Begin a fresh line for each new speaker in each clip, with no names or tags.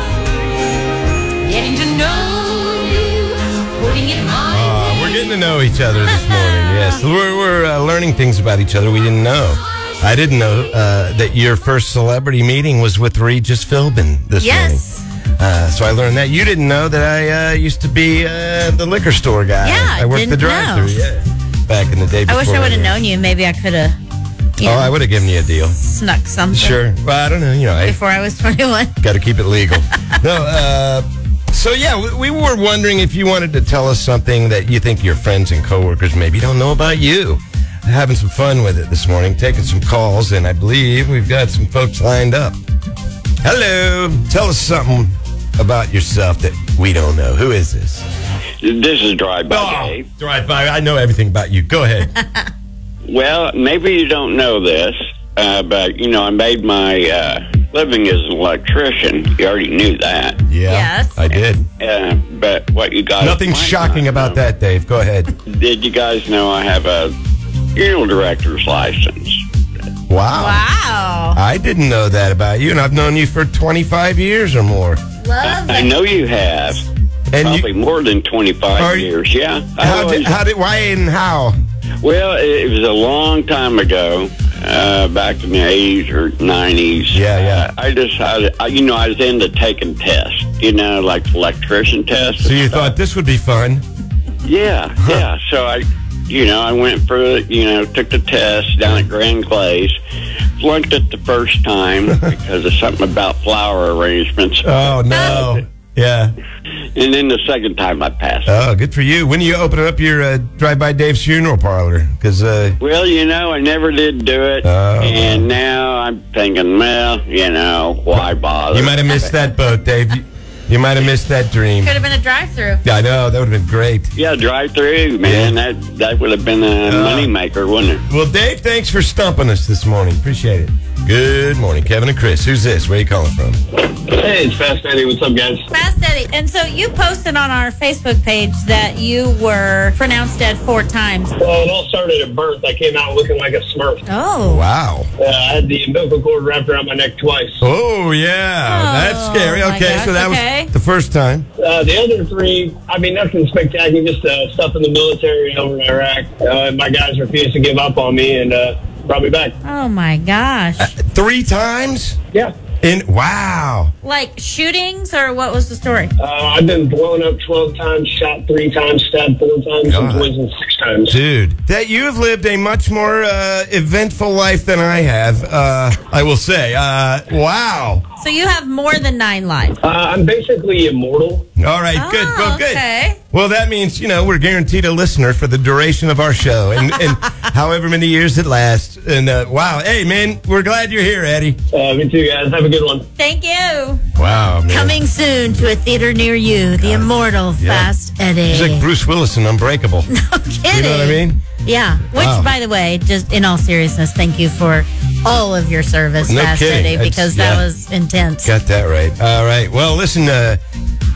Uh, know each other this morning. Yes, we're, we're uh, learning things about each other we didn't know. I didn't know uh, that your first celebrity meeting was with Regis Philbin this
Yes.
morning. Uh, so I learned that. You didn't know that I uh, used to be uh, the liquor store guy.
Yeah,
I worked the
didn't
drive-through.
know.
Yeah, back in the day.
I wish
before
I would have
knew.
known you. Maybe I could have.
Oh, I would have given you a deal.
snuck something.
Sure. Well, I don't know. You know, I,
Before I was 21.
Got to keep it legal. no, uh, so yeah, we, we were wondering if you wanted to tell us something that you think your friends and coworkers maybe don't know about you. Having some fun with it this morning, taking some calls, and I believe we've got some folks lined up. Hello, tell us something about yourself that we don't know. Who is this?
This is Drive by
Ah.
Dave.
right by. I know everything about you. Go ahead.
Well, maybe you don't know this, uh, but you know, I made my uh, living as an electrician. You already knew that.
Yeah,
Yes.
I did.
Uh, but what you guys
Nothing
might not
shocking about
know-
that, Dave. Go ahead.
Did you guys know I have a funeral director's license?
Wow.
I didn't know that about you, and I've known you for 25 years or more.
Love
I
it.
know you have
And
probably
you,
more than twenty
Are
five
you-
years. Yeah. I
how did,
always-
how did, why and how?
well, it, it was a long time ago. Uh, back in the 80s or 90s.
Yeah, yeah.
Uh, I decided, I, you know, I was into taking tests, you know, like electrician tests.
So
and
you
stuff.
thought this would be fun?
Yeah, yeah. So I, you know, I went for it, you know, took the test down at Grand Glaze, flunked it the first time because of something about flower arrangements.
Oh no! Yeah.
And then the second time I passed.
Oh, good for you. When are you opening up your uh, drive-by Dave's funeral parlor? Because uh,
well, you know, I never did do it.
Oh.
and now I'm thinking, well, you know, why bother?
you might have missed that boat, Dave. You, you might have missed that dream.
Could have been a drive through.
Yeah, I know that would have been great.
yeah, drive through, man. That that would have been a
Uh,
moneymaker, wouldn't it?
Well, Dave, thanks for stumping us this morning. Appreciate it. Good morning, Kevin and Chris. Who's this? Where are you calling from?
Hey, it's Fast Eddie. What's up, guys?
Fast Eddie. And so you posted on our Facebook page that you were pronounced dead four times.
Well, it all started at birth. I came out looking like a smurf.
Oh.
Wow.
Uh, I had the umbilical cord wrapped around my neck twice.
Oh yeah, that's
Oh,
scary.
my
Okay,
gosh,
so that
okay.
was the first time.
Uh, the other three, I mean, nothing spectacular, just uh, stuff in the military over in Iraq. Uh, my guys refused to give up on me and uh, brought me back.
Oh my
Uh.
gosh.
Three times?
Yeah.
In wow.
Like shootings or what was the story?
Uh, I've been blown up 12 times, shot three times, stabbed four times,
God.
and poisoned six times.
Dude, that you have lived a much more uh, eventful life than I have. Uh, I will say, uh, wow.
So you have more than nine lives.
Uh, I'm basically immortal.
All right, good,
Oh,
well, good.
okay.
Well, that means you know we're guaranteed a listener for the duration of our show, and, and however many years it lasts. And uh, wow, hey man, we're glad you're here, Eddie.
Uh, me too, guys. Have a good one.
Thank you.
Wow, man.
Coming soon to a theater near you, the immortal
Yeah.
Fast Eddie.
He's like Bruce Willis in Unbreakable.
I'm kidding.
You know what I mean?
Yeah. Which,
Wow.
by the way, just in all seriousness, thank you for all of your service,
No
Fast
kidding.
Eddie,
It's-
because
yeah.
that was intense.
Got that right. All right. Well, listen. Uh,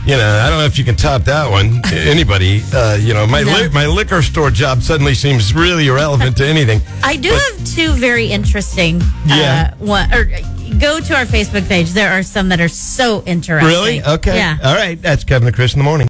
you know, I don't know if you can top that one. Anybody? Uh, you know, my
No.
li- my liquor store job suddenly seems really irrelevant to anything.
I do have two very interesting.
Yeah.
Uh, one, or uh, go to our Facebook page. There are some that are so interesting.
Really? Okay.
Yeah.
All right. That's Kevin and Chris in the morning.